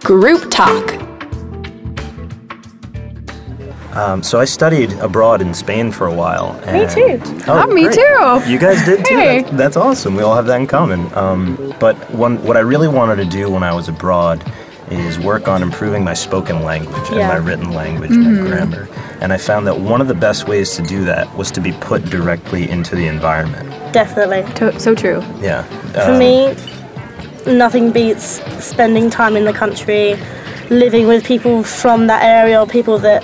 Group Talk. Um, so I studied abroad in Spain for a while. Me and- too. Oh, me great. too. You guys did too. Hey. That's, that's awesome. We all have that in common. Um, but one, what I really wanted to do when I was abroad is work on improving my spoken language and Yeah. Mm-hmm. my written language and my grammar. And I found that one of the best ways to do that was to be put directly into the environment. Definitely. To- so true. Yeah. For Um, me, nothing beats spending time in the country, living with people from that area or people that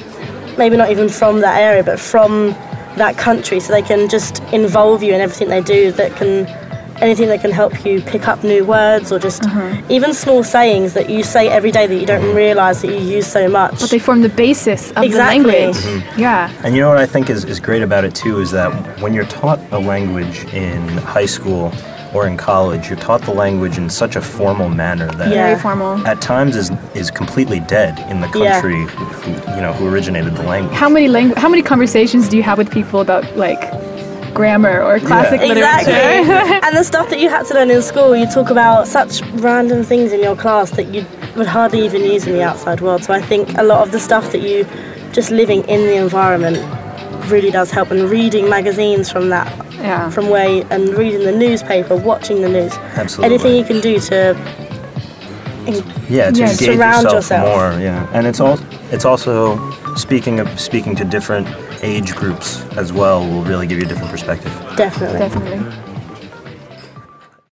maybe not even from that area, but from that country, so they can just involve you in everything they do. That can anything that can help you pick up new words or just even small sayings that you say every day that you don't realize that you use so much. They form the basis of Exactly. Mm. the language. Yeah. And you know what I think is, is great about it too is that when you're taught a language in high school or in college, you're taught the language in such a formal manner that Yeah. Very formal. at times is is completely dead in the Yeah. country who, who, you know who originated the language. How many langu- How many conversations do you have with people about like grammar or classic Exactly. literature? and the stuff that you had to learn in school, you talk about such random things in your class that you would hardly even use in the outside world. So I think a lot of the stuff that you just living in the environment really does help and reading magazines from that yeah. from where you- and reading the newspaper, watching the news. Absolutely. Anything you can do to yeah, to Yeah, engage surround yourself, yourself. more. Yeah, and it's all it's also speaking of speaking to different age groups as well will really give you a different perspective. definitely Definitely.